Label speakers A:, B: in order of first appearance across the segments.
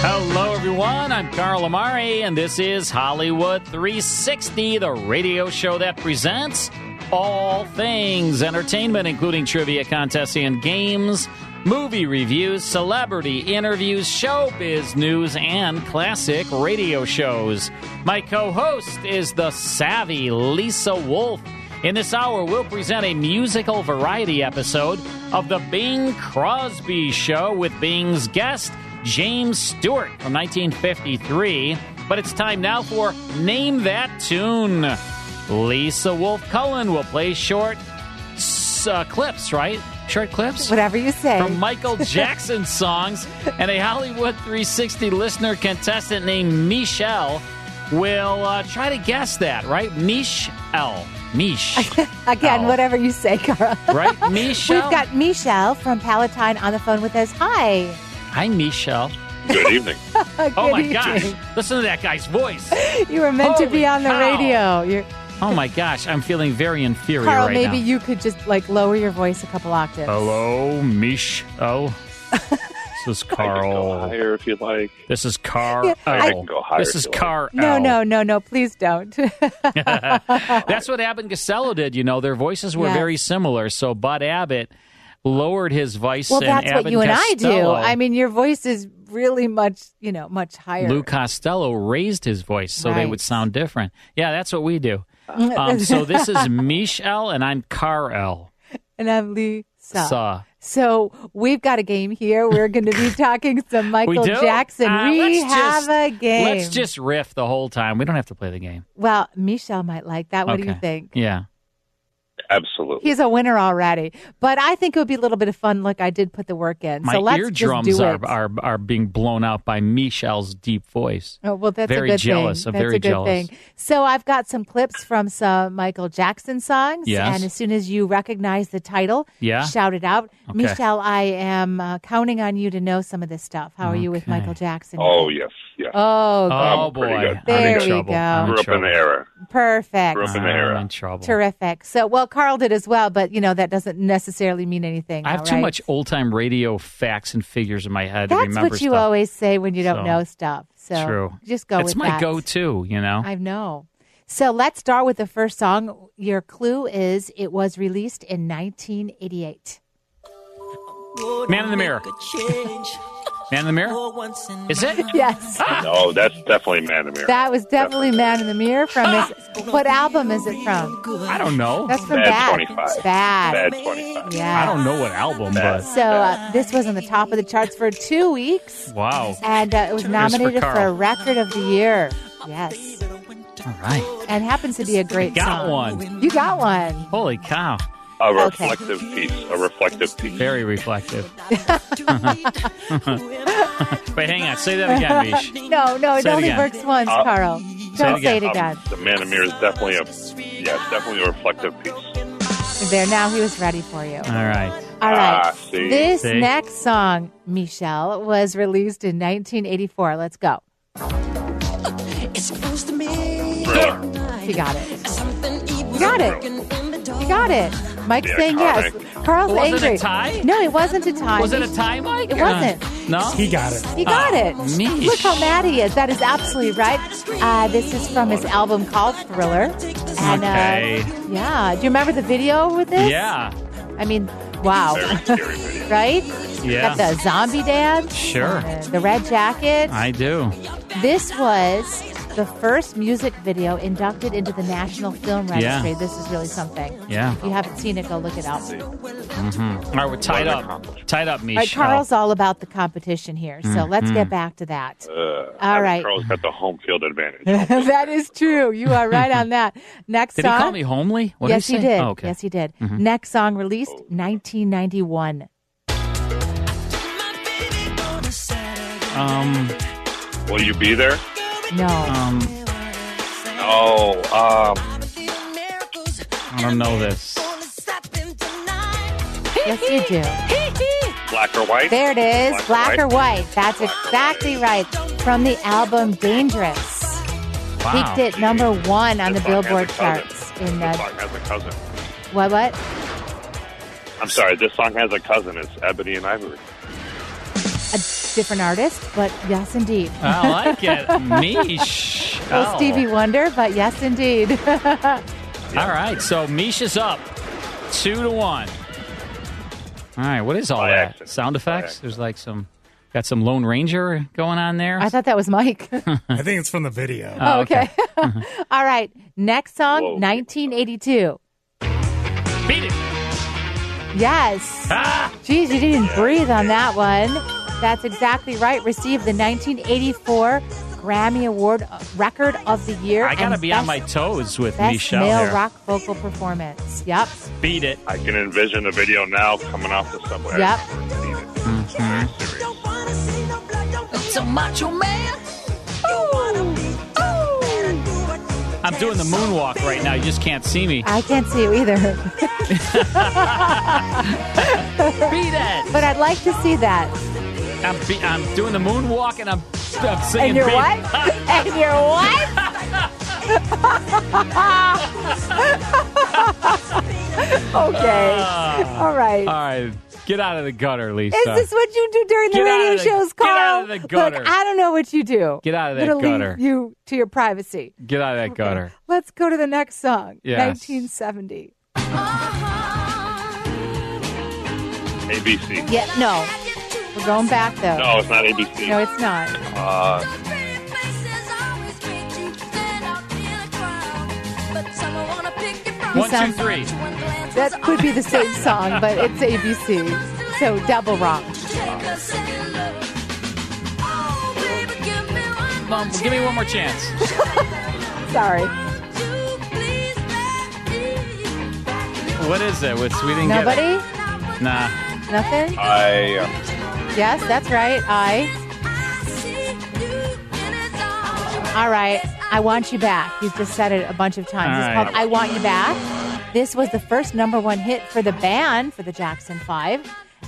A: Hello, everyone. I'm Carl Amari, and this is Hollywood 360, the radio show that presents all things entertainment, including trivia contests and games, movie reviews, celebrity interviews, showbiz news, and classic radio shows. My co host is the savvy Lisa Wolf. In this hour, we'll present a musical variety episode of The Bing Crosby Show with Bing's guest. James Stewart from 1953. But it's time now for Name That Tune. Lisa Wolf Cullen will play short uh, clips, right? Short clips?
B: Whatever you say.
A: From Michael Jackson songs. And a Hollywood 360 listener contestant named Michelle will uh, try to guess that, right? Michelle. Mish.
B: Again, Ow. whatever you say, Carl.
A: right? Michelle.
B: We've got Michelle from Palatine on the phone with us. Hi.
A: Hi, Michelle.
C: Good evening.
B: Good
A: oh my
B: evening.
A: gosh! Listen to that guy's voice.
B: you were meant
A: Holy
B: to be on the
A: cow.
B: radio. You're,
A: Oh my gosh! I'm feeling very inferior
B: Carl,
A: right
B: maybe
A: now.
B: you could just like lower your voice a couple octaves.
A: Hello, Mish. Oh, this is
C: Go
A: Carl.
C: higher if you like.
A: This is Carl.
B: Yeah, I-
C: can go higher
A: This
C: if
A: is
C: you like.
A: Carl.
B: No, no, no, no! Please don't.
A: That's what Abbott and Costello did. You know, their voices were
B: Yeah.
A: very similar. So Bud Abbott lowered his voice.
B: well,
A: and
B: that's
A: Abbott
B: what you and I do.
A: Costello-
B: I mean, your voice is really much, you know, much higher.
A: Lou Costello raised his voice so they
B: Right.
A: would sound different. Yeah, that's what we do. Um, so this is Michelle and I'm Carl.
B: and I'm Lisa.
A: Sa.
B: So we've got a game here. We're going to be talking some Michael
A: we do?
B: Jackson.
A: Uh,
B: we
A: let's
B: have
A: just-
B: a game.
A: Let's just riff the whole time. We don't have to play the game.
B: Well, Michelle might like that. What do you
A: Okay.
B: think?
A: Yeah.
C: Absolutely.
B: He's a winner already, but I think it would be a little bit of fun. Look, I did put the work in,
A: My
B: so let's
A: eardrums
B: just do
A: are,
B: it.
A: are are being blown out by Michelle's deep voice.
B: Oh, well, that's
A: very
B: a good
A: jealous.
B: thing.
A: I'm
B: that's
A: very
B: a good
A: jealous.
B: thing. So I've got some clips from some Uh, Michael Jackson songs,
A: Yes.
B: and as soon as you recognize the title,
A: Yeah.
B: shout it out.
A: Okay.
B: Michelle, I am uh, counting on you to know some of this stuff. How are you with
A: Okay.
B: Michael Jackson?
C: Oh yes, yes.
B: Oh, good.
A: Oh
C: I'm
A: boy,
C: pretty good.
A: I'm
B: There
A: in
B: we
A: trouble.
B: go.
A: I'm in
C: Grew up in
A: trouble.
C: the era.
B: perfect.
C: Grew up in the
A: I'm
C: era.
A: in trouble.
B: Terrific. So, well, Carl did as well, but you know that doesn't necessarily mean anything.
A: I have
B: all
A: too
B: right?
A: much old time radio facts and figures in my head to
B: That's
A: remember
B: what you
A: stuff.
B: always say when you don't
A: So-
B: know stuff. So
A: True.
B: just go
A: it's
B: with
A: my
B: that.
A: go to, you know?
B: I know. So let's start with the first song. Your clue is it was released in 1988.
A: Man in the mirror. Man in the mirror? Is it?
B: Yes.
C: No, Oh, that's definitely Man in the Mirror.
B: That was definitely Man in the Mirror from his. What album is it from?
A: I don't know.
B: That's from
C: Bad
B: Bad.
C: 25.
B: Bad.
C: Bad 25.
B: Yeah.
A: I don't know what album, but
B: So uh, this was on the top of the charts for two weeks,
A: wow.
B: and uh, it was
A: Cheers for
B: nominated for,
A: Carl.
B: Record of the Year. Yes,
A: All right.
B: and happens to be a great
A: Got
B: song.
A: one.
B: You got one.
A: Holy cow.
C: A
B: Okay.
C: reflective piece. A reflective piece.
A: Very reflective. Wait, hang on. Say that again, Mish.
B: No, no, it
A: Say it
B: only
A: again.
B: works once,
C: Uh,
B: Carl. Don't say it again.
C: Um, the Man in the Mirror is definitely a yeah, it's definitely a reflective piece.
B: There, now he was ready for you.
A: All right.
B: All right.
C: Ah, see.
B: this
A: See.
B: next song, Michelle, was released in 1984. Let's go.
C: Thriller.
B: You got it. You got it. You got it. Mike's
C: Yeah,
B: saying yes. Carl's
A: Was it a
B: angry.
A: tie?
B: No, it wasn't a tie.
A: Was it a tie, Mike?
B: It
A: or-
B: wasn't.
A: No? Ah,
D: He got it.
B: He got it.
A: Mish.
B: Look how mad he is. That is absolutely right. Uh, this is from his album called Thriller. And,
A: Okay.
B: Uh, yeah. Do you remember the video with this?
A: Yeah.
B: I mean, wow.
C: Very scary video.
B: right?
A: Yeah.
B: Got the zombie dance.
A: Sure.
B: uh, The red jacket.
A: I do.
B: This was the first music video inducted into the National Film Registry.
A: Yeah.
B: This is really something.
A: Yeah.
B: If you haven't seen it, go look it up.
A: Mhm. All right, we're tied up. Tied up, Mish. Oh.
B: All right, Carl's all about the competition here, so let's
A: Mhm.
B: get back to that.
C: Uh,
B: All right.
C: Carl's got the home field advantage.
B: that is true. You are right on that. Next
A: Did he
B: song.
A: call me homely? What did
B: yes,
A: he say?
B: did.
A: Oh, okay.
B: Yes, he did.
A: Mhm.
B: Next song released 1991.
A: Um,
C: Will you be there?
B: No.
A: Um,
C: Oh, um,
A: I don't know this.
B: Yes, you do.
C: black or white?
B: There it is. Black
C: Black
B: or
C: or
B: white. That's exactly right. From the album Dangerous.
C: Wow.
B: Peaked at number one on the
C: This song has a
B: Billboard
C: cousin.
B: charts. In
C: This
B: the
C: song has a cousin.
B: what? What?
C: I'm sorry, this song has a cousin. It's Ebony and Ivory.
B: A different artist, but yes, indeed.
A: I like it. Mish.
B: Well,
A: Oh.
B: Stevie Wonder, but yes, indeed.
A: All right, so Mish is up. Two to one. All right, what is all that? Sound effects? There's like some, got some Lone Ranger going on there.
B: I thought that was Mike.
E: I think it's from the video.
B: Oh, okay. All right. Next song,
E: Whoa.
B: 1982.
A: Beat it. Ah,
B: Yes. Geez, you didn't breathe on that one. That's exactly right. Received the 1984 Grammy Award uh, Record of the Year.
A: I gotta
B: and
A: be
B: best,
A: on my toes with
B: best
A: Michelle
B: male
A: here.
B: rock vocal performance. Yep.
A: Beat it.
C: I can envision the video now coming off the subway.
B: Yep.
F: It's a macho man.
A: I'm doing the moonwalk right now. You just can't see me.
B: I can't see you either.
A: Beat it.
B: But I'd like to see that.
A: I'm, be- I'm doing the moonwalk and I'm, I'm singing.
B: and your
A: beat.
B: what? and your what? okay.
A: Ah.
B: All right.
A: All right. Get out of the gutter, Lisa.
B: Is this what you do during the
A: Get out
B: radio
A: of the-
B: shows,
A: get
B: Carl?
A: out of the gutter.
B: Look, I don't know what you do.
A: Get out of
B: I'm
A: that
B: gonna leave
A: gutter.
B: you to your privacy.
A: Get out of that gutter.
B: Let's go to the next song.
A: Yes.
B: 1970.
C: ABC.
B: Yeah, no. We're going back though.
C: No, Oh, it's not ABC.
B: No, it's not.
A: Uh-huh.
C: Uh,
B: You
A: One, two,
B: sound-
A: three.
B: That could be the same song, but it's ABC. So double wrong.
A: Mom, give me one more chance.
B: Sorry.
A: What is it? What's we didn't
B: Nobody?
A: get it. Nah.
B: Nothing?
C: I.
B: um, Yes, that's right. I. All right. I want you back. You've just said it a bunch of times.
A: All
B: it's
A: right.
B: called I Want You Back. This was the first number one hit for the band for the Jackson Five.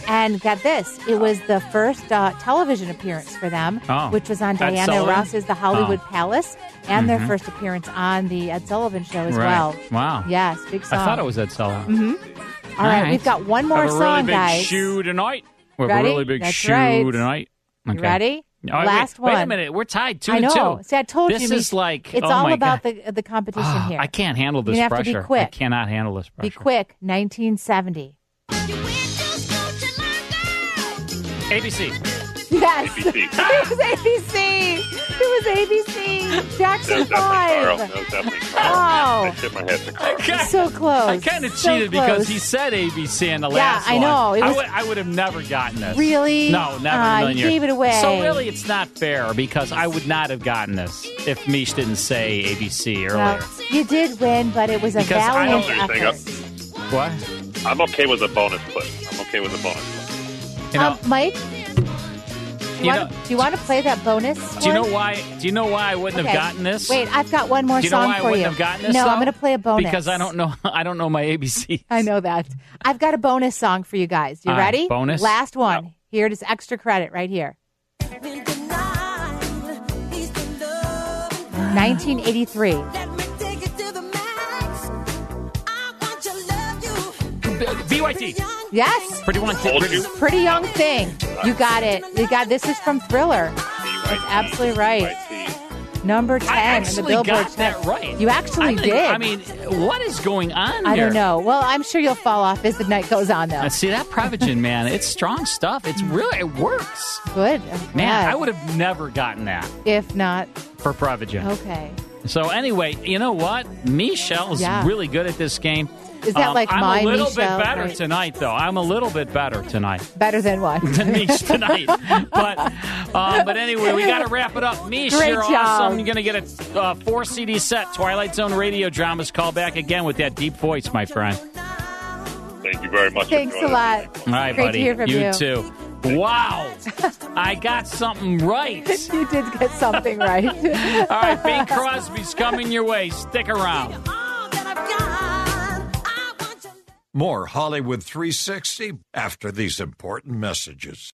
B: And got this, it was the first uh, television appearance for them,
D: Oh.
B: which was on
D: Ed
B: Diana
D: Sullivan?
B: Ross's The Hollywood
D: Oh.
B: Palace, and their
A: Mhm.
B: first appearance on The Ed Sullivan Show as
A: Oh, Right.
B: well.
A: Wow.
B: Yes, big
A: I
B: song.
A: thought it was Ed Sullivan.
B: Mhm. All right, we've got one more
A: Have a
B: song,
A: really big
B: guys.
A: Shoe tonight. We have
B: Ready?
A: a really big
B: That's
A: shoe
B: right.
A: tonight.
B: You ready?
A: All right,
B: Last
A: wait,
B: one.
A: Wait a minute. We're tied two
B: I
A: and
B: know.
A: two.
B: See, I told
A: This
B: you.
A: is
B: Mish,
A: like-
B: it's
A: oh
B: all
A: my
B: about the the competition here.
A: Ah, I can't handle this
B: You have to be
A: pressure. I
B: quick.
A: cannot handle this
B: Be
A: pressure.
B: quick. 1970.
A: ABC.
B: Yes.
A: ABC.
B: it was ABC. It was ABC.
C: That
B: Jackson
C: was definitely Carl. That
B: 5.
C: was definitely Carl.
B: Oh.
C: I tipped my head to Carl.
B: So close.
A: I kind of cheated
B: So
A: because
B: close.
A: he said ABC in the
B: Yeah,
A: last
B: I
A: one.
B: know. It
A: I
B: was-
A: would, I would have never gotten this.
B: Really?
A: No, never in
B: Ah,
A: a
B: you
A: million years.
B: gave it away.
A: So really, it's not fair because I would not have gotten this if Mish didn't say ABC earlier.
B: Well, you did win, but it was a
A: Because I
B: valiant
A: don't
B: effort.
A: think What?
C: I'm okay with a bonus clip. I'm okay with a bonus clip.
B: um, Mike, do you,
A: You
B: want, do you want to play that bonus?
A: Do you know
B: one?
A: why? Do you know why I wouldn't
B: Okay.
A: have gotten this?
B: Wait, I've got one more
A: Do you know
B: song
A: why I
B: for
A: wouldn't
B: you.
A: have gotten this,
B: no, I'm
A: though?
B: going to play a bonus
A: because I don't know. I don't know my ABC.
B: I know that. I've got a bonus song for you guys. You
A: All right,
B: ready?
A: bonus?
B: Last one. Here it is. Extra credit right here. 1983.
A: BYT.
B: Yes.
A: Pretty one. Pretty,
B: Pretty young thing. You got it. You got this is from Thriller. That's absolutely right. number 10 in the
A: actually
B: Billboard
A: got
B: chart.
A: that right.
B: You actually
A: I think-
B: did.
A: I mean, what is going on
B: I
A: here?
B: don't know. Well, I'm sure you'll fall off as the night goes on, though.
A: Uh, see that Prevagen, man, it's strong stuff. It's
B: Mm.
A: really it works.
B: Good. I'm
A: Man,
B: glad.
A: I would have never gotten that
B: If not,
A: for Prevagen.
B: okay.
A: So anyway, you know what? Michelle's
B: Yeah.
A: really good at this game. Um,
B: Is that like
A: I'm
B: my
A: a little
B: Michelle?
A: bit better
B: Right.
A: tonight, though. I'm a little bit better tonight.
B: Better than what?
A: than me tonight. but uh, but anyway, we got to wrap it up. Mish,
B: Great
A: you're
B: job.
A: awesome. You're going to get a uh, four CD set. Twilight Zone radio dramas. Call back again with that deep voice, my friend.
C: Thank you very much. for
B: Thanks a
C: joining us.
B: lot.
A: All right,
B: Great
A: buddy.
B: to hear from you.
A: too. Wow, I got something right.
B: you did get something right.
A: All right, Bing Crosby's coming your way. Stick around.
G: More Hollywood 360 after these important messages.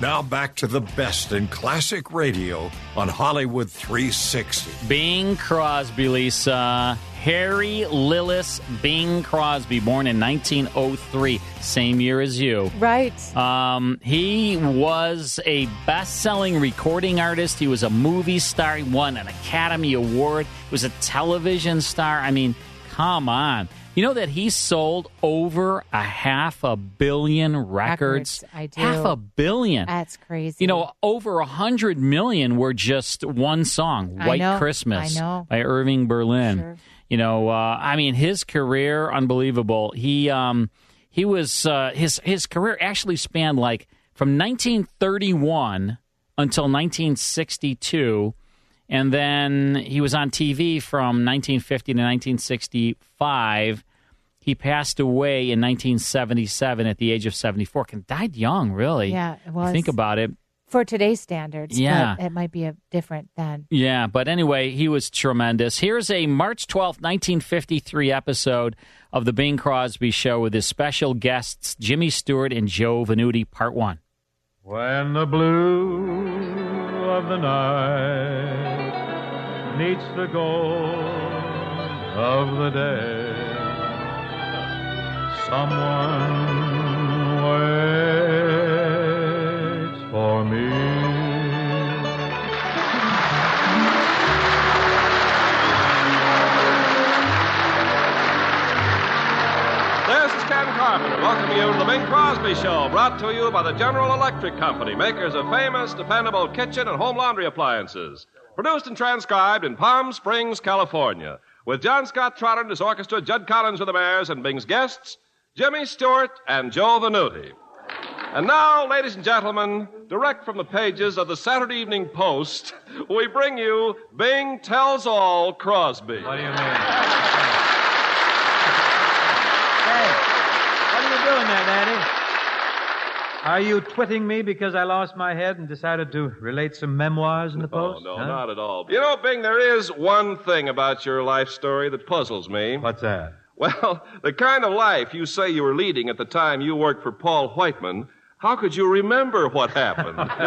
G: Now back to the best in classic radio on Hollywood 360.
A: Bing Crosby, Lisa. Harry Lillis Bing Crosby, born in 1903, same year as you.
B: right.
A: Um, he was a best-selling recording artist. He was a movie star. He won an Academy Award. He was a television star. I mean, come on. You know that he sold over a half a billion records.
B: Records, I do.
A: Half a billion.
B: That's crazy.
A: You know, over a hundred million were just one song,
B: I
A: "White
B: know,
A: Christmas"
B: I know.
A: by Irving Berlin.
B: Sure.
A: You know, uh, I mean, his career unbelievable. He um, he was uh, his his career actually spanned like from 1931 until 1962, and then he was on TV from 1950 to 1965. He passed away in 1977 at the age of 74. And died young, really.
B: Yeah, it
A: You
B: was.
A: Think about it.
B: For today's standards,
A: Yeah.
B: but it might be a different then.
A: Yeah, but anyway, he was tremendous. Here's a March twelfth, 1953 episode of The Bing Crosby Show with his special guests, Jimmy Stewart and Joe Venuti, part one.
E: When the blue of the night meets the gold of the day, someone waits for me.
D: This is Ken Carpenter welcoming you to the Bing Crosby Show, brought to you by the General Electric Company, makers of famous, dependable kitchen and home laundry appliances. Produced and transcribed in Palm Springs, California, with John Scott Trotter and his orchestra, Judd Collins with the Mares, and Bing's guests, Jimmy Stewart and Joe Venuti. And now, ladies and gentlemen, direct from the pages of the Saturday Evening Post, we bring you Bing Tells All Crosby. What do you mean?
H: What are you doing there, Daddy? Are you twitting me because I lost my head and decided to relate some memoirs in the
I: Oh,
H: post?
D: Oh, No, not at all. You know, Bing, there is one thing about your life story that puzzles me. What's that? Well, the kind of life you say you were leading at the time you worked for Paul Whiteman, how could you remember what happened?
H: Wait a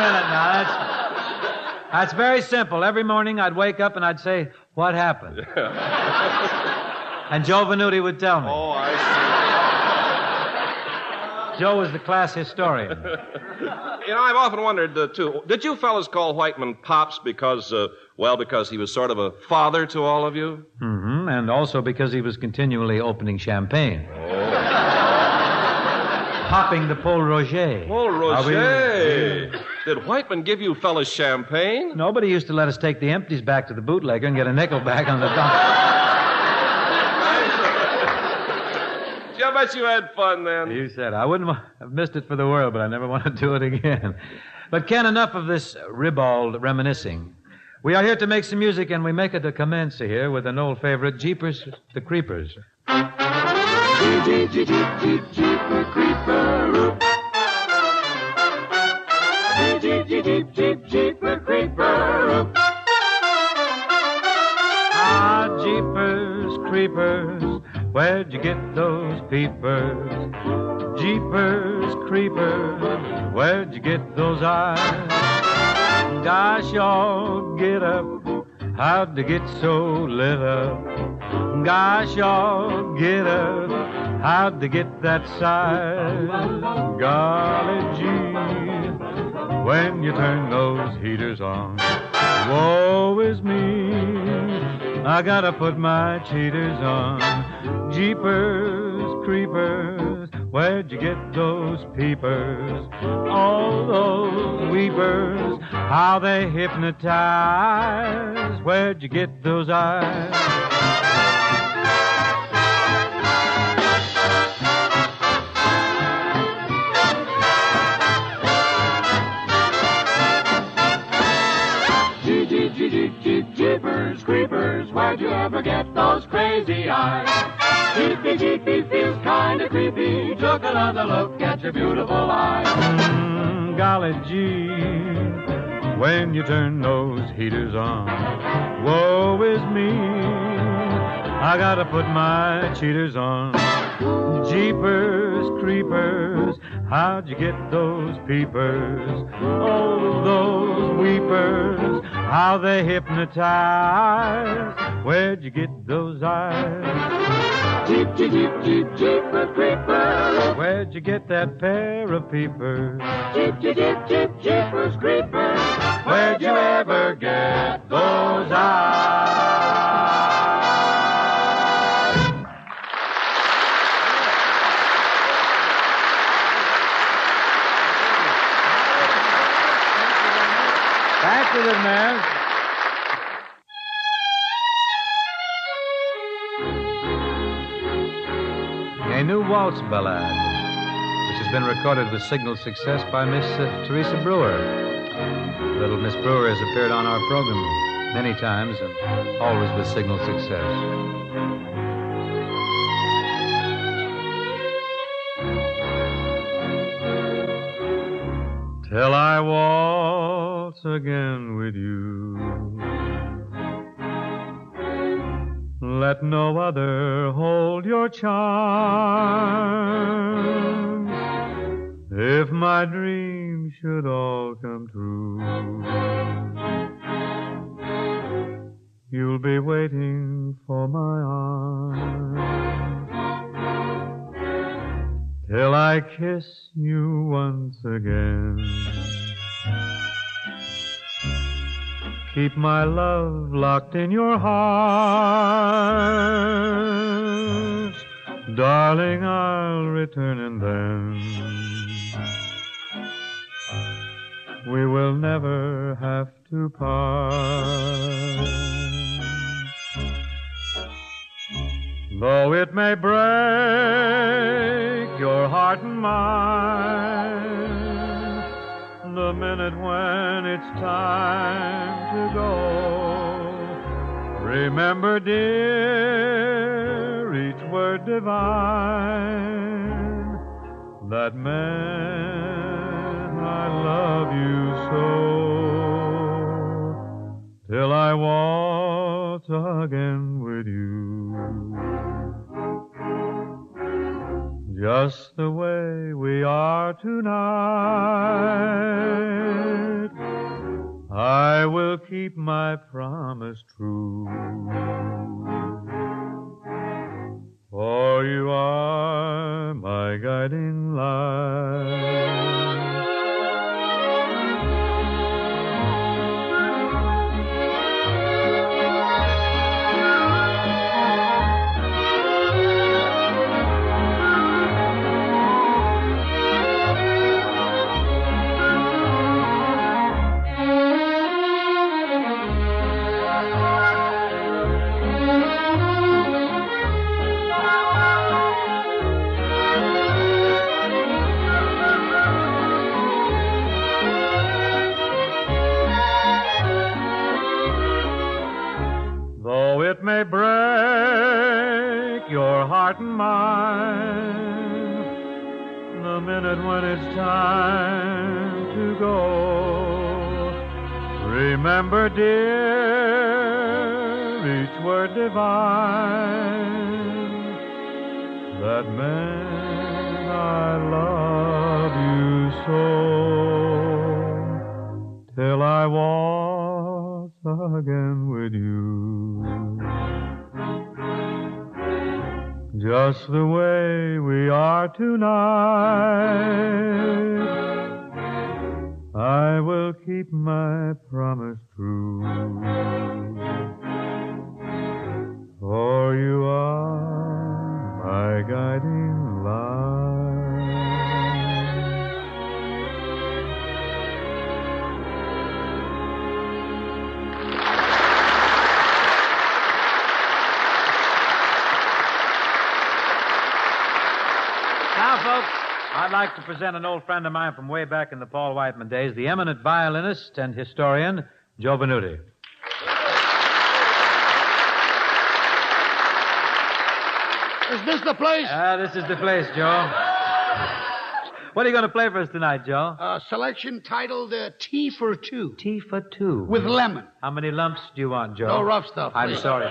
H: minute now. That's, that's very simple. Every morning I'd wake up and I'd say, What happened? and Joe Venuti would tell me. Oh, I see. Joe was the class historian.
D: you know, I've often wondered, uh, too, did you fellas call Whiteman Pops because, uh, well, because he was sort of a father to all of you?
H: hmm And also because he was continually opening
D: Oh.
H: champagne. Popping the Paul Roger.
D: Oh,
H: Are we-
D: Roger. Did Whiteman give you fellas champagne?
H: Nobody used to let us take the empties back to the bootlegger and get a nickel back on the dollar.
D: Gee, I bet you had fun then.
H: You said I wouldn't wa- have missed it for the world, but I never want to do it again. But Ken, enough of this ribald reminiscing. We are here to make some music, and we make it a commence here with an old favorite, Jeepers the Creepers.
F: Jeep, Jeep, Jeep, Jeep, Jeeper Creeper.
H: Ah, Jeepers Creepers, where'd you get those peepers? Jeepers Creepers, where'd you get those eyes? Gosh, y'all get up. How'd you get so lit up? Gosh, y'all get up. How'd you get that size? Golly gee, when you turn those heaters on. Woe is me, I gotta put my cheaters on. Jeepers, creepers, where'd you get those peepers? All those weepers, how they hypnotize. Where'd you get those eyes?
F: Jeepers, creepers, where'd you ever get those crazy eyes? Jeepy, jeepy feels kinda creepy. Took another look at your beautiful eyes.
H: Mm, golly gee, when you turn those heaters on, woe is me. I gotta put my cheaters on. Jeepers, creepers, how'd you get those peepers? Oh, those weepers, how they hypnotize. Where'd you get those eyes?
F: Jeep, jeep, jeep, jeep, jeeper, creeper.
H: Where'd you get that pair of peepers?
F: Jeep, jeep, jeep, jeep, jeepers, creepers.
H: Where'd you ever get those eyes? Back with it, man.
I: A new waltz ballad, which has been recorded with signal success by Miss uh, Teresa Brewer. Little Miss Brewer has appeared on our program many times and always with signal success.
H: till I waltz again with you. Let no other hold your charms if my dreams should all come true. You'll be waiting for my arms till I kiss you once again. Keep my love locked in your heart. Darling, I'll return and then we will never have to part. Though it may break your heart and mine, the minute when it's time to go, remember, dear, each word divine that man, I love you so till I waltz again with you just the way we are tonight. I will keep my promise true. For you are my guiding light. may break your heart and mine the minute when it's time to go. Remember, dear, each word divine that man I love you so till I walk again with you just the way we are tonight. I will keep my promise true. For you are my guiding
I: Now, folks, I'd like to present an old friend of mine from way back in the Paul Whiteman days, the eminent violinist and historian, Joe Venuti.
J: Is this the place?
I: Ah, this is the place, Joe. What are you going to play for us tonight, Joe?
J: A selection titled uh, Tea for Two.
I: Tea for two.
J: With lemon.
I: How many lumps do you want, Joe?
J: No rough stuff.
I: I'm
J: please.
I: sorry.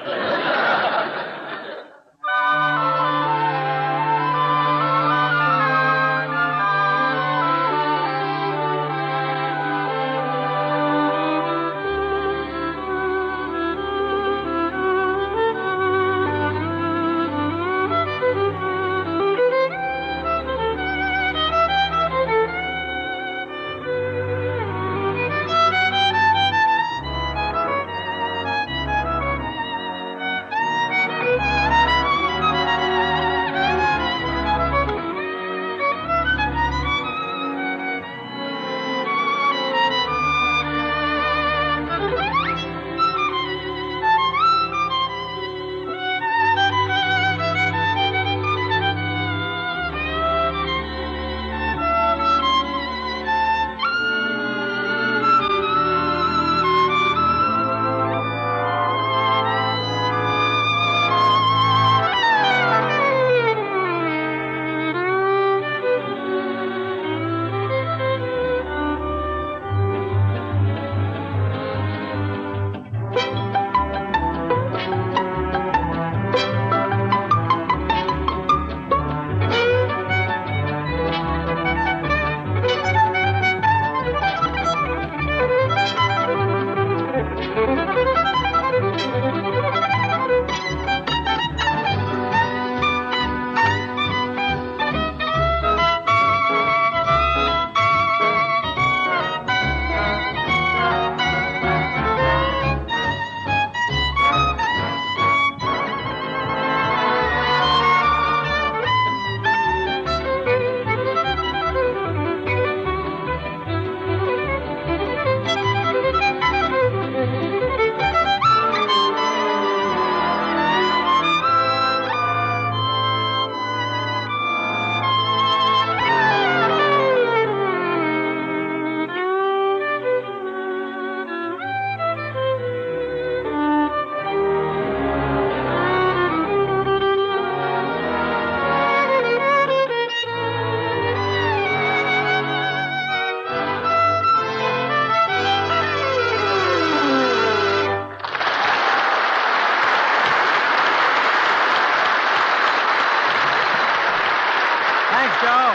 I: Thanks, Joe.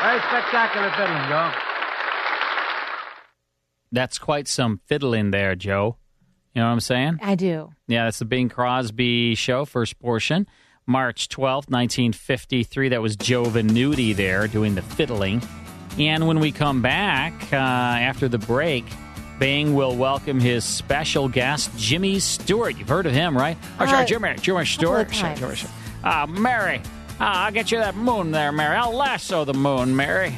I: Very spectacular fiddling, Joe.
A: That's quite some fiddling there, Joe. You know what I'm saying?
B: I do.
A: Yeah, that's the Bing Crosby show, first portion, March 12th, 1953. That was Joe Venuti there doing the fiddling. And when we come back uh, after the break, Bing will welcome his special guest, Jimmy Stewart. You've heard of him, right? Oh, sorry,
B: Uh,
A: Jimmy, Jimmy Stewart.
B: couple of
A: Sorry, Jimmy Stewart. Ah, Mary, ah, I'll get you that moon there, Mary. I'll lasso the moon, Mary.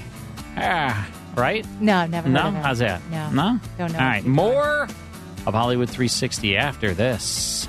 A: Ah, right?
B: No, I've never heard
A: No?
B: of him.
A: How's that?
B: No.
A: No?
B: Don't know.
A: All right, more of Hollywood 360 after this.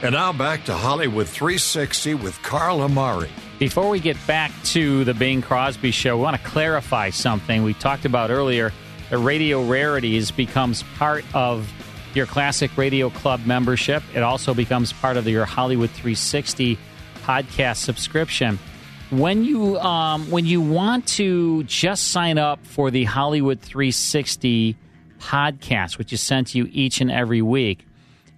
G: And now back to Hollywood 360 with Carl Amari.
A: Before we get back to the Bing Crosby show, we want to clarify something we talked about earlier. The Radio Rarities becomes part of your Classic Radio Club membership. It also becomes part of your Hollywood 360 podcast subscription. When you um, when you want to just sign up for the Hollywood 360 podcast, which is sent to you each and every week,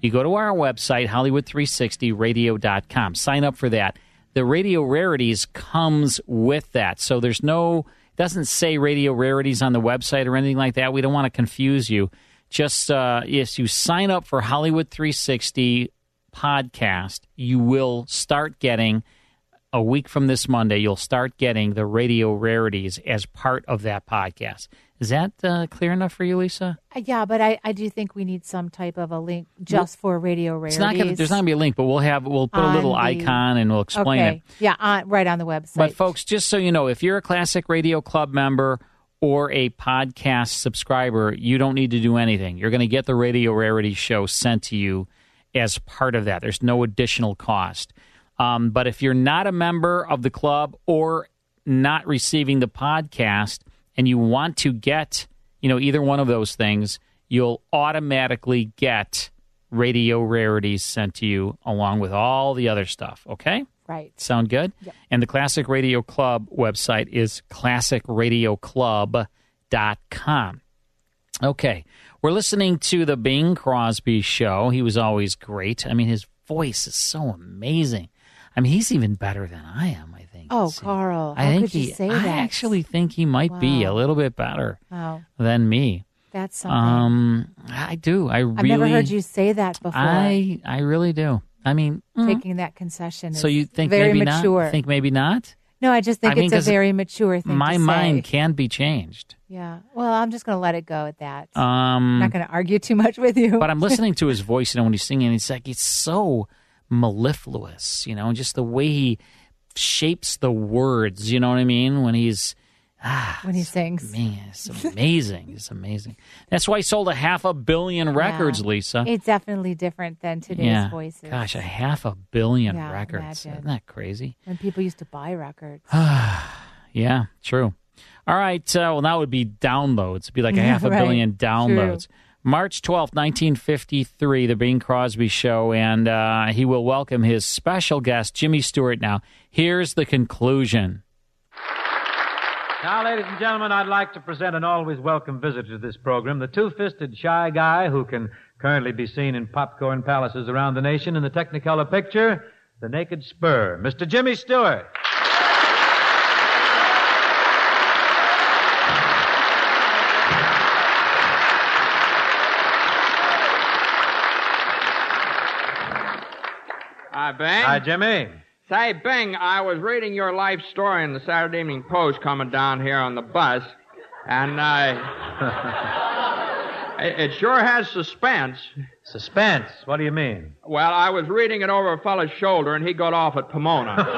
A: you go to our website, Hollywood360radio.com. Sign up for that. The Radio Rarities comes with that. So there's no, it doesn't say Radio Rarities on the website or anything like that. We don't want to confuse you. Just, uh, if you sign up for Hollywood 360 podcast, you will start getting, a week from this Monday, you'll start getting the Radio Rarities as part of that podcast. Is that uh, clear enough for you, Lisa?
B: Uh, Yeah, but I, I do think we need some type of a link just for radio rarities.
A: It's not gonna, there's not gonna be a link, but we'll have we'll put a
B: On
A: little
B: the-
A: icon and we'll explain
B: okay.
A: it.
B: Yeah, on, right on the website.
A: But folks, just so you know, if you're a Classic Radio Club member or a podcast subscriber, you don't need to do anything. You're going to get the Radio Rarity Show sent to you as part of that. There's no additional cost. Um, but if you're not a member of the club or not receiving the podcast and you want to get, you know, either one of those things, you'll automatically get Radio Rarities sent to you along with all the other stuff. Okay.
B: Right.
A: Sound good? And the Classic Radio Club website is classicradioclub.com. Okay. We're listening to the Bing Crosby show. He was always great. I mean, his voice is so amazing. I mean, he's even better than I am. I think.
B: oh, Carl,
A: I
B: how
A: think
B: could you
A: he-
B: say
A: I
B: that? Uh-huh.
A: actually think he might be a little bit better
B: Wow,
A: than me.
B: that's something.
A: Um, I do. I
B: I've
A: really
B: never heard you say that before.
A: I I really do. I mean, mm,
B: taking that concession.
A: so
B: is
A: you think
B: very
A: maybe
B: mature?
A: not? Think maybe not?
B: no, I just think
A: I mean,
B: it's
A: 'cause
B: a very mature thing.
A: my
B: to
A: mind
B: Say.
A: can be changed.
B: Yeah. Well, I'm just going to let it go at that. I'm
A: Um,
B: not going to argue too much with you.
A: but I'm listening to his voice, you know, when he's singing, it's like it's so mellifluous, you know, and just the way he shapes the words, you know what I mean? When he's
B: when he sings.
A: man, it's amazing, it's amazing. That's why he sold a half a billion records,
B: Yeah.
A: Lisa.
B: It's definitely different than today's
A: yeah,
B: voices.
A: gosh, a half a billion
B: Yeah,
A: records.
B: imagine.
A: Isn't that crazy?
B: When people used to buy records.
A: Yeah, true. All right. Uh, well, now it would be downloads. It'd be like a half a
B: Right.
A: billion downloads. March twelfth, 1953, The Bing Crosby Show, and uh, he will welcome his special guest, Jimmy Stewart, now. Here's the conclusion.
I: Now, ladies and gentlemen, I'd like to present an always welcome visitor to this program, the two-fisted shy guy who can currently be seen in popcorn palaces around the nation in the Technicolor picture, The Naked Spur, Mr. Jimmy Stewart.
K: Hi, Bing.
I: Hi, Jimmy.
K: Say, Bing, I was reading your life story in the Saturday Evening Post coming down here on the bus, and uh, it, it sure has suspense.
I: Suspense. What do you mean?
K: Well, I was reading it over a fella's shoulder, and he got off at Pomona.
I: That's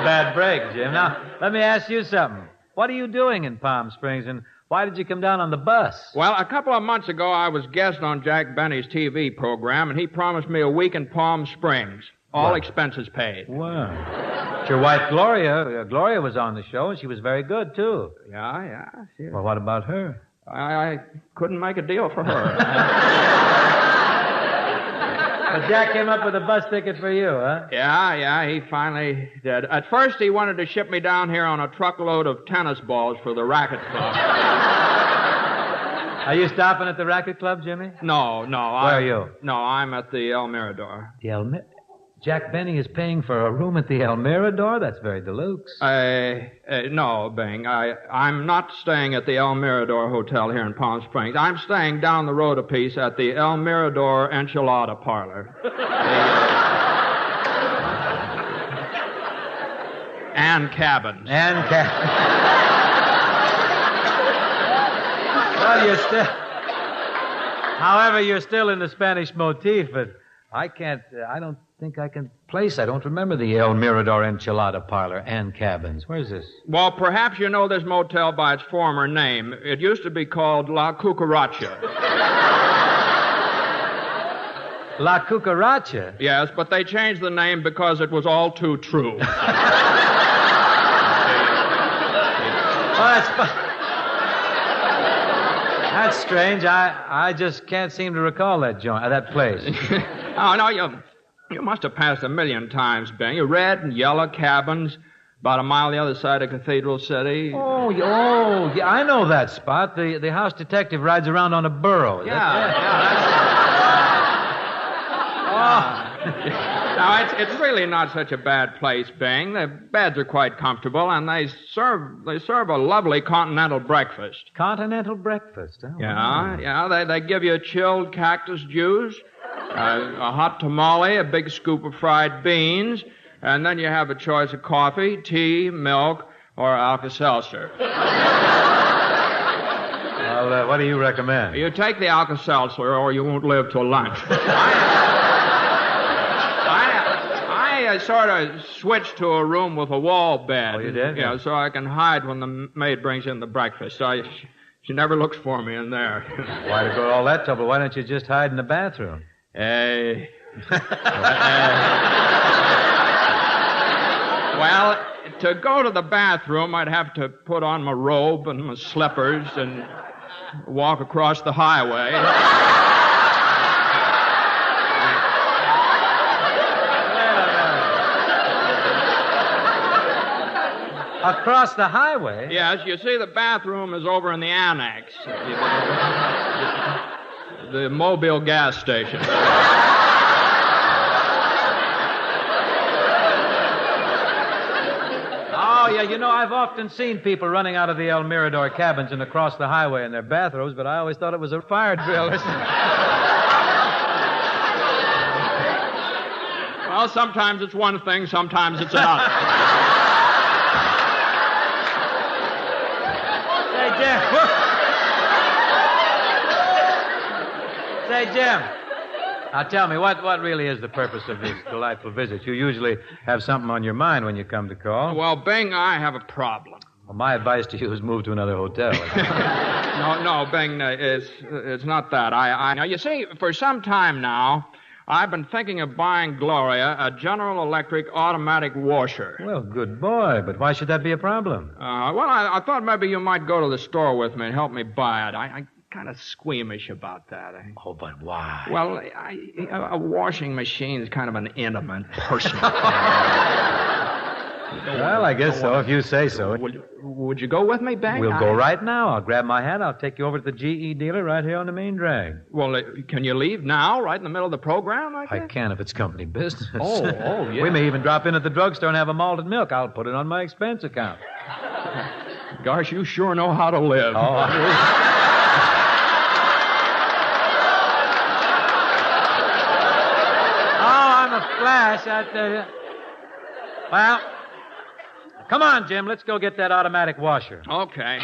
I: a bad break, Jim. Now, let me ask you something. What are you doing in Palm Springs, and why did you come down on the bus?
K: well, a couple of months ago, I was guest on Jack Benny's TV program, and he promised me a week in Palm Springs, all
I: Wow.
K: expenses paid.
I: Wow. But your wife, Gloria, uh, Gloria was on the show, and she was very good, too.
K: Yeah, yeah. she-
I: Well, what about her?
K: I, I couldn't make a deal for her.
I: But Jack came up with a bus ticket for you, huh?
K: Yeah, yeah, he finally did. At first, he wanted to ship me down here on a truckload of tennis balls for the racket club.
I: Are you stopping at the racket club, Jimmy?
K: No, no. Where
I: are you?
K: No, I'm at the El Mirador.
I: The Elmit. Jack Benny is paying for a room at the Elmira door? That's very deluxe.
K: I, uh, no, Bing. I, I'm not staying at the El Mirador Hotel here in Palm Springs. I'm staying down the road a piece at the El Mirador Enchilada Parlor. and cabins.
I: And cabins. well, you're still. However, you're still in the Spanish motif, but I can't. Uh, I don't think I can place. I don't remember the El Mirador Enchilada Parlor and cabins. Where's this?
K: Well, perhaps you know this motel by its former name. It used to be called La Cucaracha.
I: La Cucaracha.
K: yes, but they changed the name because it was all too true.
I: Oh, that's fu- That's strange. I I just can't seem to recall that joint, uh, that place.
K: oh, no, you, you must have passed a million times, Bing. You red and yellow cabins about a mile the other side of Cathedral City.
I: oh, y- oh, yeah, I know that spot. The the house detective rides around on a burro.
K: Yeah, Now, it's, it's really not such a bad place, Bing. The beds are quite comfortable, and they serve, they serve a lovely continental breakfast.
I: Continental breakfast. Oh,
K: Yeah, yeah. They, they give you chilled cactus juice, uh, a hot tamale, a big scoop of fried beans, and then you have a choice of coffee, tea, milk, or Alka Seltzer.
I: Well, uh, what do you recommend?
K: You take the Alka Seltzer, or you won't live till lunch. I, I, I sort of switched to a room with a wall bed. Oh, you
I: did?
K: Yeah, so I can hide when the maid brings in the breakfast. I, she never looks for me in there.
I: Why to go to all that trouble? Why don't you just hide in the bathroom?
K: Hey. Well, to go to the bathroom, I'd have to put on my robe and my slippers and walk across the highway.
I: Across the highway?
K: yes, you see, the bathroom is over in the annex, the mobile gas station.
I: Oh, yeah, you know, I've often seen people running out of the El Mirador cabins and across the highway in their bathrobes, but I always thought it was a fire drill.
K: Well, sometimes it's one thing, sometimes it's another.
I: Say, Jim. Say, Jim. Now tell me, what, what really is the purpose of these delightful visits? You usually have something on your mind when you come to call.
K: Well, Bing, I have a problem.
I: Well, my advice to you is move to another hotel.
K: No, no, Bing, uh, it's, it's not that. I, I, now, you see, for some time now, I've been thinking of buying Gloria a General Electric automatic washer.
I: well, good boy, but why should that be a problem?
K: Uh, well, I, I thought maybe you might go to the store with me and help me buy it. I, I'm kind of squeamish about that. I,
I: oh, but why?
K: Well, I, I- a washing machine is kind of an intimate, personal.
I: Well, I guess so, if you say so.
K: Would you go with me, Bang?
I: We'll go right now. I'll grab my hat. I'll take you over to the GE dealer right here on the main drag.
K: Well, uh, can you leave now, right in the middle of the program? I
I: I can if it's company business.
K: Oh, oh, yeah.
I: We may even drop in at the drugstore and have a malted milk. I'll put it on my expense account.
K: Gosh, you sure know how to live.
I: Oh, I'm a flash. I tell you. Well, come on, Jim. Let's go get that automatic washer.
K: Okay.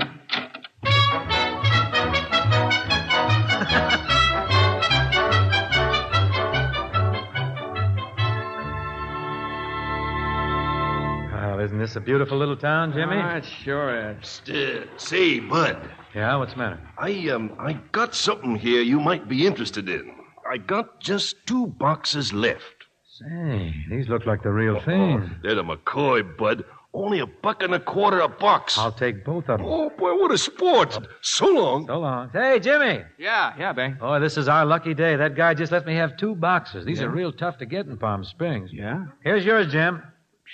I: Well, isn't this a beautiful little town, Jimmy?
K: Ah, it sure is.
L: Uh, say, Bud,
I: Yeah, what's the matter?
L: I um I got something here you might be interested in. I got just two boxes left.
I: Say, these look like the real thing.
L: They're the McCoy, Bud. Only a buck and a quarter a box.
I: I'll take both of them.
L: Oh boy, what a sport! So long.
I: So long. Hey, Jimmy.
K: Yeah, yeah, Bang.
I: Boy, this is our lucky day. That guy just let me have two boxes. These are real tough to get in Palm Springs.
K: Yeah?
I: Here's yours, Jim.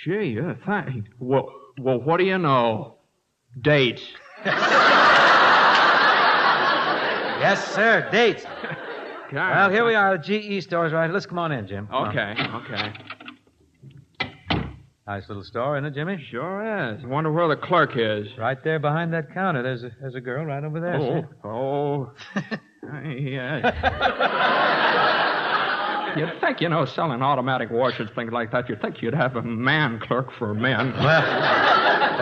K: Gee, yeah, thanks. Well, well, what do you know? Dates.
I: Yes, sir. Dates.
K: God.
I: Well, here we are. The GE stores right. Let's come on in, Jim. Come on.
K: Okay, okay.
I: Nice little store, isn't it, Jimmy?
K: Sure is. Wonder where the clerk is.
I: Right there behind that counter. There's a, there's a girl right over there.
K: Oh,
I: see?
K: oh. yeah. You'd think, you know, selling automatic washers, things like that, you'd think you'd have a man clerk for men.
I: Well,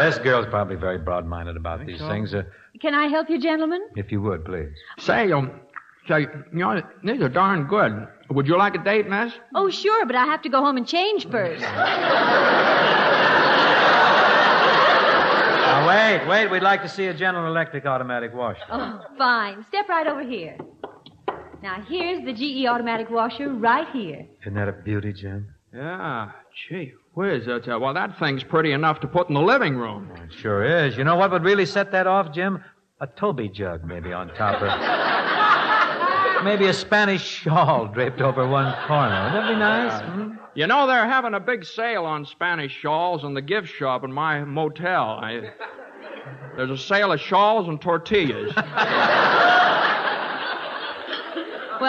I: this girl's probably very broad minded about these
K: so?
I: things. Uh,
M: Can I help you, gentlemen?
I: if you would, please.
K: Say, um, say, you know, these are darn good. Would you like a date, miss?
M: Oh, sure, but I have to go home and change first.
I: Now, wait, wait. We'd like to see a General Electric automatic washer.
M: Oh, fine. Step right over here. Now, here's the GE automatic washer right here.
I: Isn't that a beauty, Jim?
K: Yeah, gee whiz. That's, uh, well, that thing's pretty enough to put in the living room.
I: It sure is. You know what would really set that off, Jim? A Toby jug, maybe on top of. Maybe a Spanish shawl draped over one corner. Wouldn't that be nice? hmm?
K: You know, they're having a big sale on Spanish shawls in the gift shop in my motel. I, there's a sale of shawls and tortillas.
M: Well,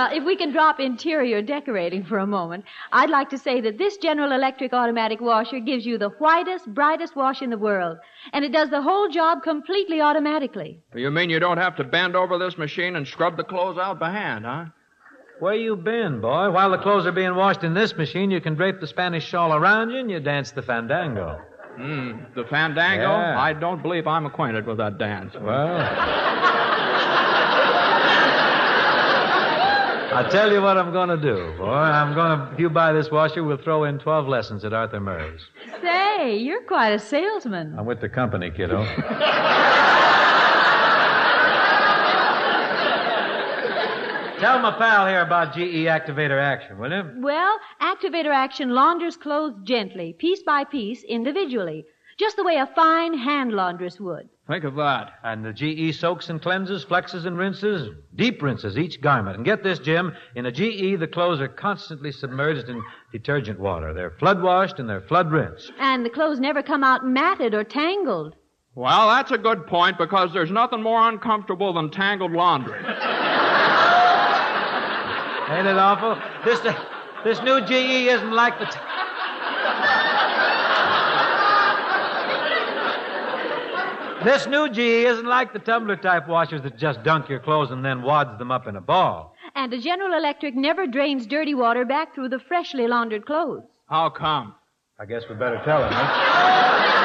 M: Uh, if we can drop interior decorating for a moment, I'd like to say that this General Electric automatic washer gives you the whitest, brightest wash in the world. And it does the whole job completely automatically.
K: you mean you don't have to bend over this machine and scrub the clothes out by hand, huh?
I: Where you been, boy? While the clothes are being washed in this machine, you can drape the Spanish shawl around you and you dance the fandango.
K: Mm, the fandango?
I: Yeah.
K: I don't believe I'm acquainted with that dance.
I: Well. I'll tell you what I'm going to do, boy. I'm going to, if you buy this washer, we'll throw in 12 lessons at Arthur Murray's.
M: Say, you're quite a salesman.
I: I'm with the company, kiddo. Tell my pal here about GE Activator Action, will you?
M: Well, activator action launders clothes gently, piece by piece, individually, just the way a fine hand laundress would.
K: Think of that.
I: And the GE soaks and cleanses, flexes and rinses, deep rinses each garment. And get this, Jim, in a GE, the clothes are constantly submerged in detergent water. They're flood washed and they're flood rinsed.
M: And the clothes never come out matted or tangled.
K: Well, that's a good point because there's nothing more uncomfortable than tangled laundry.
I: Ain't it awful? This, this new GE isn't like the. T- This new GE isn't like the tumbler type washers that just dunk your clothes and then wads them up in a ball.
M: And a General Electric never drains dirty water back through the freshly laundered clothes.
K: How come?
I: I guess we better tell him, huh?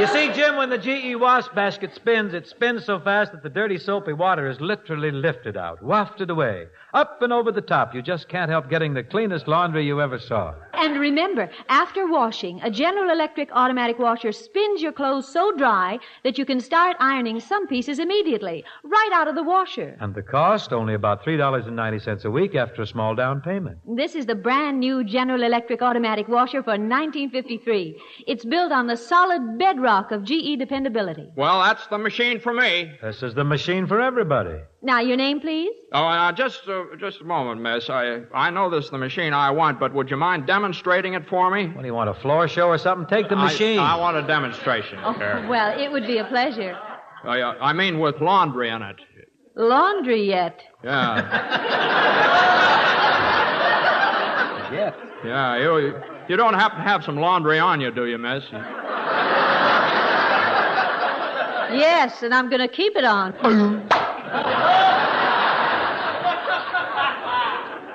I: You see, Jim, when the GE wash basket spins, it spins so fast that the dirty soapy water is literally lifted out, wafted away, up and over the top. You just can't help getting the cleanest laundry you ever saw.
M: And remember, after washing, a General Electric automatic washer spins your clothes so dry that you can start ironing some pieces immediately, right out of the washer.
I: And the cost? Only about $3.90 a week after a small down payment.
M: This is the brand new General Electric automatic washer for 1953. It's built on the solid bedrock of GE dependability.
K: Well, that's the machine for me.
I: This is the machine for everybody.
M: Now, your name, please?
K: Oh, uh, just uh, just a moment, miss. I I know this is the machine I want, but would you mind demonstrating it for me?
I: What do you want, a floor show or something? Take the
K: I-
I: machine.
K: I, want a demonstration.
M: Oh,
K: here.
M: well, it would be a pleasure.
K: I, uh, I mean, with laundry in it.
M: Laundry yet.
K: Yeah. yeah, you, you don't happen to have some laundry on you, do you, miss?
M: Yes, and I'm going to keep it on.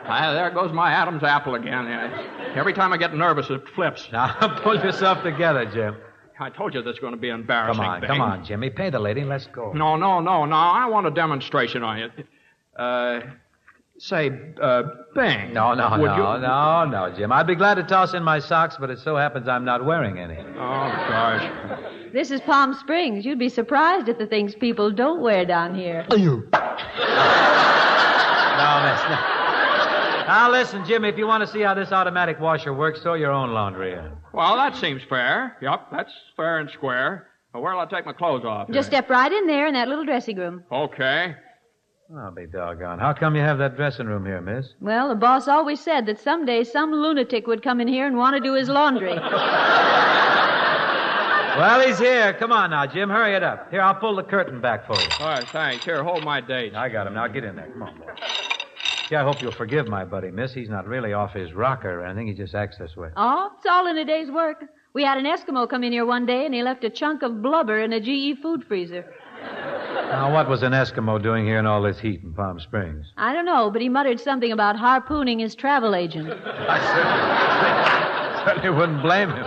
K: Ah, there goes my Adam's apple again. Yeah. Every time I get nervous, it flips.
I: Now, pull yourself together, Jim.
K: I told you this is going to be embarrassing.
I: Come on,
K: Bing.
I: come on, Jimmy. Pay the lady. Let's go.
K: No, no, no, no. I want a demonstration on it. Uh, say, uh, Bing.
I: No, no,
K: would
I: no,
K: you-
I: no, no, Jim. I'd be glad to toss in my socks, but it so happens I'm not wearing any.
K: Oh, gosh.
M: This is Palm Springs. You'd be surprised at the things people don't wear down here.
I: No, miss. No. Now, listen, Jim, if you want to see how this automatic washer works, throw your own laundry in.
K: Well, that seems fair. Yep, that's fair and square. But where'll I take my clothes off?
M: Just step right in there in that little dressing room.
K: Okay.
I: I'll be doggone. How come you have that dressing room here, miss?
M: Well, the boss always said that someday some lunatic would come in here and want to do his laundry.
I: Well, he's here. Come on now, Jim. Hurry it up. Here, I'll pull the curtain back for you.
K: All right, thanks. Here, hold my date.
I: I got him. Now get in there. Come on, boy. Yeah, I hope you'll forgive my buddy, miss. He's not really off his rocker. I think he just acts this way.
M: Oh, it's all in a day's work. We had an Eskimo come in here one day, and he left a chunk of blubber in a E GE food freezer.
I: Now, what was an Eskimo doing here in all this heat in Palm Springs?
M: I don't know, but he muttered something about harpooning his travel agent.
I: Certainly wouldn't blame him.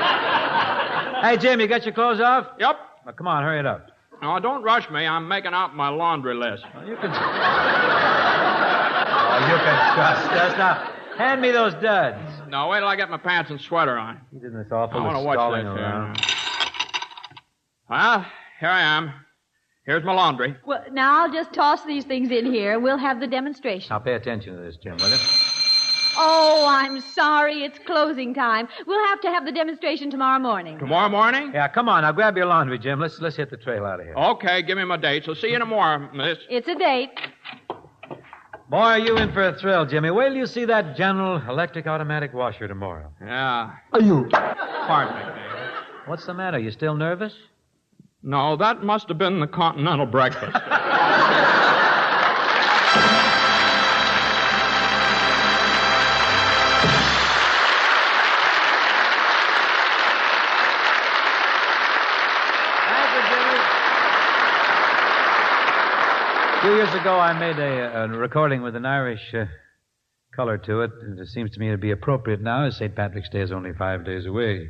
I: hey, Jim, you got your clothes off?
K: Yep.
I: Well, come on, hurry it up.
K: Oh, don't rush me. I'm making out my laundry list.
I: you can. oh, you can trust us. Now, hand me those duds.
K: No, wait till I get my pants and sweater on.
I: He did this awful
K: I wanna
I: with
K: watch
I: stalling
K: that, uh,
I: around.
K: Well, here I am. Here's my laundry.
M: Well, now I'll just toss these things in here, and we'll have the demonstration.
I: Now, pay attention to this, Jim, will you?
M: Oh, I'm sorry. It's closing time. We'll have to have the demonstration tomorrow morning.
K: Tomorrow morning?
I: Yeah, come on. Now, grab your laundry, Jim. Let's let's hit the trail out of here.
K: Okay, give me my dates. I'll see you tomorrow, miss.
M: It's a date.
I: Boy, are you in for a thrill, Jimmy. Wait till you see that General Electric automatic washer tomorrow.
K: Yeah.
I: Are you?
K: Pardon me.
I: What's the matter? You still nervous?
K: No, that must have been the continental breakfast.
I: A few years ago, I made a, a recording with an Irish uh, color to it. and It seems to me to be appropriate now, as St. Patrick's Day is only five days away.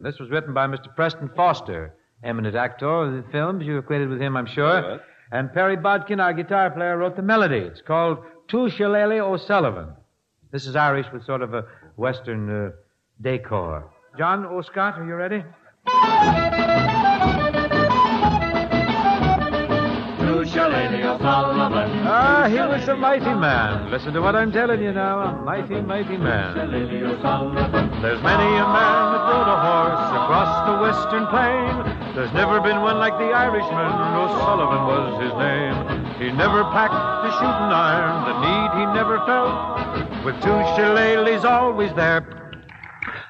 I: This was written by Mr. Preston Foster, eminent actor of the films. You're acquainted with him, I'm sure. And Perry Bodkin, our guitar player, wrote the melody. It's called Tu Shillelagh O'Sullivan. This is Irish with sort of a Western uh, decor. John O'Scott, are you ready? Ah, he was a mighty man. Listen to what I'm telling you now. A mighty, mighty man. There's many a man that rode a horse across the western plain. There's never been one like the Irishman. O'Sullivan was his name. He never packed the shooting iron, the need he never felt. With two shillelaghs always there,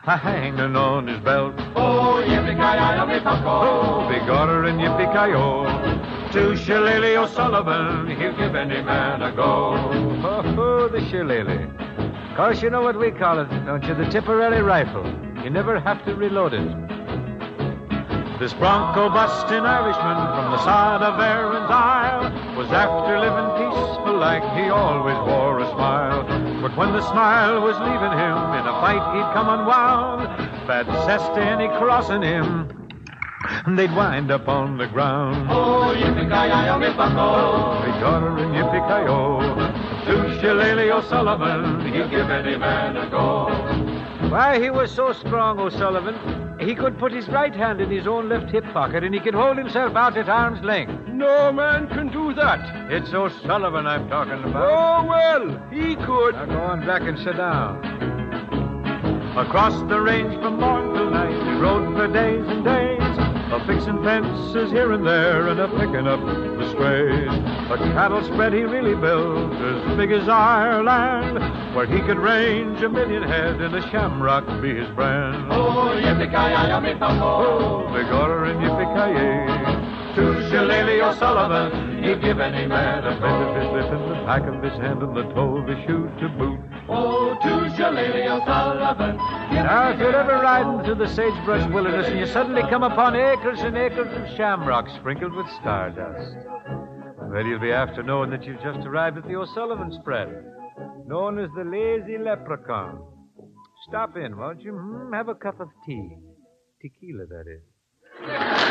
I: hanging on his belt.
F: Oh, yippee-ki-yay, yippee-ki-yay.
I: Oh, big order and yippee-ki-yo. To Shillelagh O'Sullivan, he'll give any man a go. Oh, oh the shillelagh. Of course, you know what we call it, don't you? The Tipperary rifle. You never have to reload it. This bronco busting Irishman from the side of Erin's Isle was after living peaceful like he always wore a smile. But when the smile was leaving him, in a fight he'd come unwound. That zesty any crossing him, they'd wind up on the ground.
F: Oh, yippee-ki-yay, yippee-ki-yay.
I: Big daughter and yippee-ki-yo. To Shillelagh O'Sullivan, he'll give any man a go. Why, he was so strong, O'Sullivan, he could put his right hand in his own left hip pocket and he could hold himself out at arm's length.
L: No man can do that.
I: It's O'Sullivan I'm talking about.
L: Oh, well, he could.
I: Now go on back and sit down. Across the range from morn till night, we rode for days and days. A fixin' fences here and there, and a picking up the strays. A cattle spread he really built, as big as Ireland, where he could range a million head, and a shamrock be his brand.
F: Oh, yippee-ki-yay, yippee-ki-yay.
I: Oh, Big order and yippee-ki-yay. To
F: Shillelagh O'Sullivan, he'll give any man a
I: Bend of his lip and the back of his hand and the toe of his shoe to boot.
F: Oh, to Shillelagh O'Sullivan, give
I: Now, if
F: any
I: you're
F: man
I: ever
F: a
I: riding through the sagebrush wilderness and you suddenly come upon acres and acres of shamrock sprinkled with stardust, well, you'll be after knowing that you've just arrived at the O'Sullivan spread, known as the Lazy Leprechaun. Stop in, won't you? Hmm, have a cup of tea. Tequila, that is.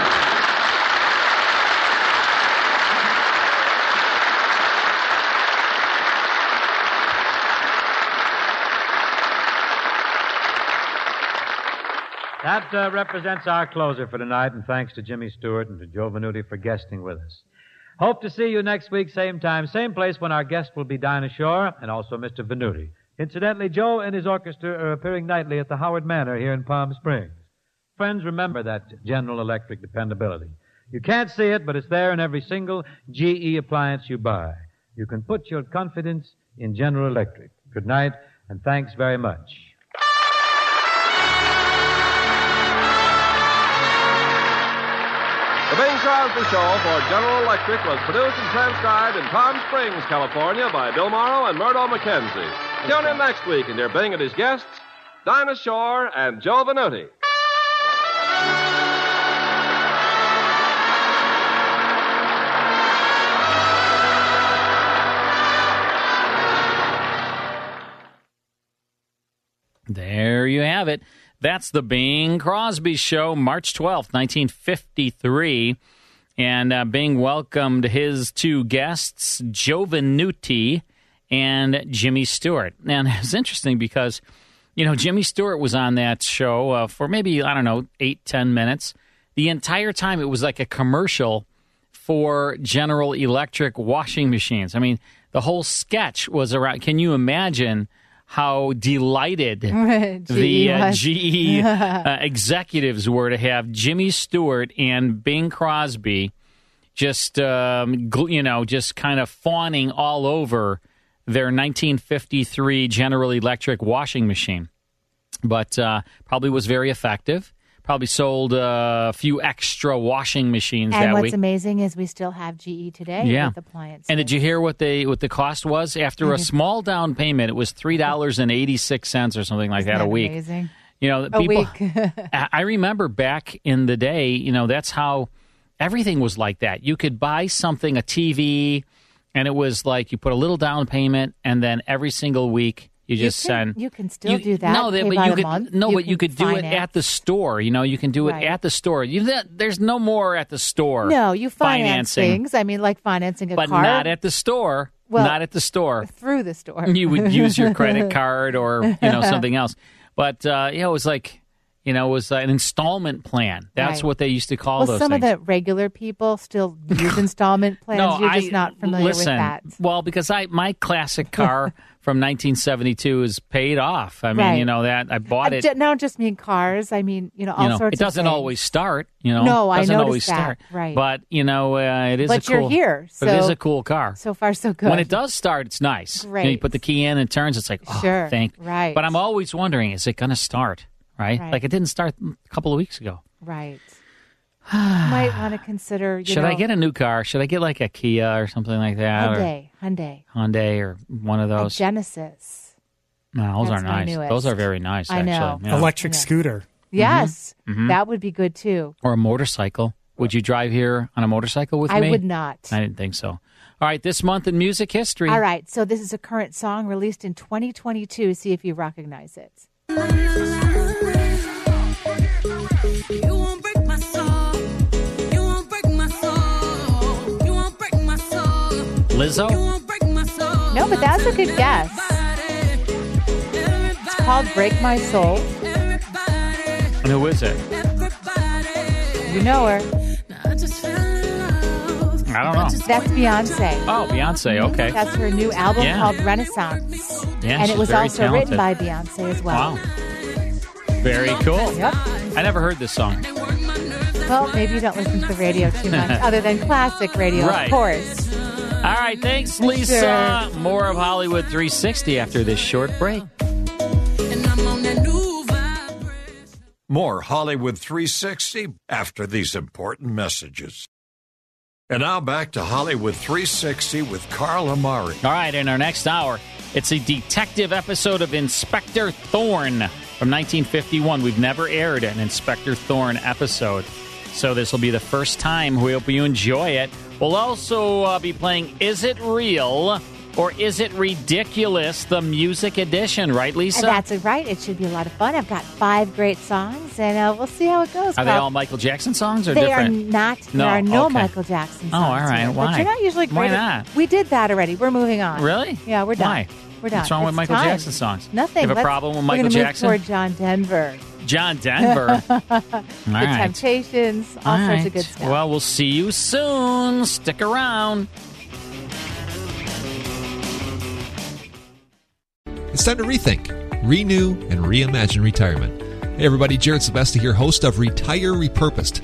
I: That uh, represents our closer for tonight, and thanks to Jimmy Stewart and to Joe Venuti for guesting with us. Hope to see you next week, same time, same place, when our guest will be Dinah Shore and also Mr. Venuti. Incidentally, Joe and his orchestra are appearing nightly at the Howard Manor here in Palm Springs. Friends, remember that General Electric dependability. You can't see it, but it's there in every single GE appliance you buy. You can put your confidence in General Electric. Good night, and thanks very much.
D: The The Bing Crosby Show for General Electric was produced and transcribed in Palm Springs, California by Bill Morrow and Murdo McKenzie. Tune in next week and hear Bing and his guests, Dinah Shore and Joe Venuti.
A: There you have it. That's the Bing Crosby Show, March 12th, 1953. And uh, Bing welcomed his two guests, Joe Venuti and Jimmy Stewart. And it was interesting because, you know, Jimmy Stewart was on that show uh, for maybe, I don't know, eight, ten minutes. The entire time it was like a commercial for General Electric washing machines. I mean, the whole sketch was around. Can you imagine? how delighted
B: E
A: the uh, GE uh, executives were to have Jimmy Stewart and Bing Crosby just, um, gl- you know, just kind of fawning all over their 1953 General Electric washing machine. But uh, probably was very effective. Probably sold uh, a few extra washing machines
B: And
A: that
B: what's
A: week.
B: amazing is we still have GE today
A: Yeah.
B: with appliances.
A: And did you hear what they what the cost was after a
B: Mhm.
A: small down payment? It was three dollars and eighty six cents or something like that E a
B: Isn't
A: week.
B: Amazing.
A: You know,
B: A
A: people.
B: week.
A: I I remember back in the day. You know, that's how everything was like that. You could buy something, a TV, and it was like you put a little down payment, and then every single week you just send.
B: you can still do that.
A: No,
B: pay
A: but
B: by the
A: you could
B: month.
A: no, but you
B: can
A: could do it
B: finance.
A: at the store. You know, you can do it
B: Right.
A: at the store. You that, there's no more at the store.
B: No, you finance
A: financing
B: things. I mean, like financing a
A: but
B: car
A: not at the store.
B: Well,
A: not at the store.
B: through the store.
A: You would use your credit card or you know something else. But uh, you know, it was like you know, it was an installment plan. That's
B: Right.
A: what they used to call
B: well,
A: those
B: some
A: things.
B: of the regular people still use installment plans.
A: no,
B: You're just
A: I
B: not familiar
A: listen,
B: with that.
A: Well, because I my classic car from 1972 is paid off. I mean,
B: Right.
A: you know that I bought
B: I
A: it.
B: ju- not just mean cars. I mean, you know, all
A: you know,
B: sorts.
A: it doesn't
B: of things.
A: always start. You know,
B: No, I
A: doesn't
B: noticed
A: always
B: that.
A: start.
B: Right.
A: But you know, uh, it is.
B: But
A: a
B: you're
A: cool,
B: here,
A: But it is
B: so-
A: a cool car.
B: So far, so good.
A: When it does start, it's nice. You, know, you
B: Great.
A: put the key in and it turns. It's like, oh,
B: Sure,
A: thank.
B: right.
A: But I'm always wondering, is it going to start? Right?
B: Right.
A: Like it didn't start a couple of weeks ago.
B: right, You might want to consider. You
A: Should
B: know,
A: I get a new car? Should I get like a Kia or something like that,
B: Hyundai? Hyundai,
A: or Hyundai, or one of
B: a
A: those?
B: Genesis.
A: no, those
B: That's
A: are
B: my
A: nice.
B: newest.
A: Those are very nice.
B: I know.
A: Actually, yeah.
N: Electric scooter.
B: Yes,
A: Mhm.
B: that would be good too.
A: or a motorcycle. Would you drive here on a motorcycle with
B: I
A: me?
B: would not.
A: I didn't think so. All right, this month in music history.
B: All right, so this is a current song released in 2022. See if you recognize it.
O: You won't break my soul. You won't break my soul. You won't break my soul.
A: Lizzo.
O: Break my soul.
B: No, but that's a good guess. It's called Break My Soul.
A: And who is it?
B: You know her.
O: I just fell in love.
A: I don't know.
B: That's Beyonce.
A: Oh, Beyonce. Okay.
B: That's her new album
A: Yeah.
B: called Renaissance.
A: Yeah,
B: and
A: she's
B: it was
A: very
B: also
A: talented.
B: written by Beyonce as well.
A: Wow. Very cool.
B: Yep.
A: I never heard this song.
B: Well, maybe you don't listen to the radio too much, other than classic radio,
A: Right.
B: of course.
A: All right, thanks, Lisa. More of Hollywood 360 after this short break.
G: More Hollywood 360 after these important messages. And now back to Hollywood 360 with Carl Amari.
A: All right, in our next hour, it's a detective episode of Inspector Thorne from 1951. We've never aired an Inspector Thorne episode, so this will be the first time. We hope you enjoy it. We'll also uh, be playing Is It Real or Is It Ridiculous? The music edition, right, Lisa?
B: And that's it, right. It should be a lot of fun. I've got five great songs, and uh, we'll see how it goes.
A: Are they
B: Carl.
A: all Michael Jackson songs or
B: they
A: different?
B: are not.
A: No,
B: there are no
A: okay.
B: Michael Jackson songs.
A: Oh, all right.
B: here, but
A: Why?
B: you're not usually
A: Why
B: great at-
A: not?
B: We did that already. We're moving on.
A: Really?
B: Yeah, we're done.
A: Why?
B: We're done.
A: What's wrong with
B: It's
A: Michael
B: time.
A: Jackson songs?
B: Nothing.
A: You have a
B: Let's-
A: problem with
B: we're
A: Michael
B: gonna
A: Jackson?
B: Move toward John Denver.
A: John Denver. all
B: the
A: right.
B: Temptations. All, sorts
A: right.
B: of good stuff.
A: Well, we'll see you soon. Stick around.
P: It's time to rethink, renew, and reimagine retirement. Hey, everybody, Jared Sebesta here, host of Retire Repurposed.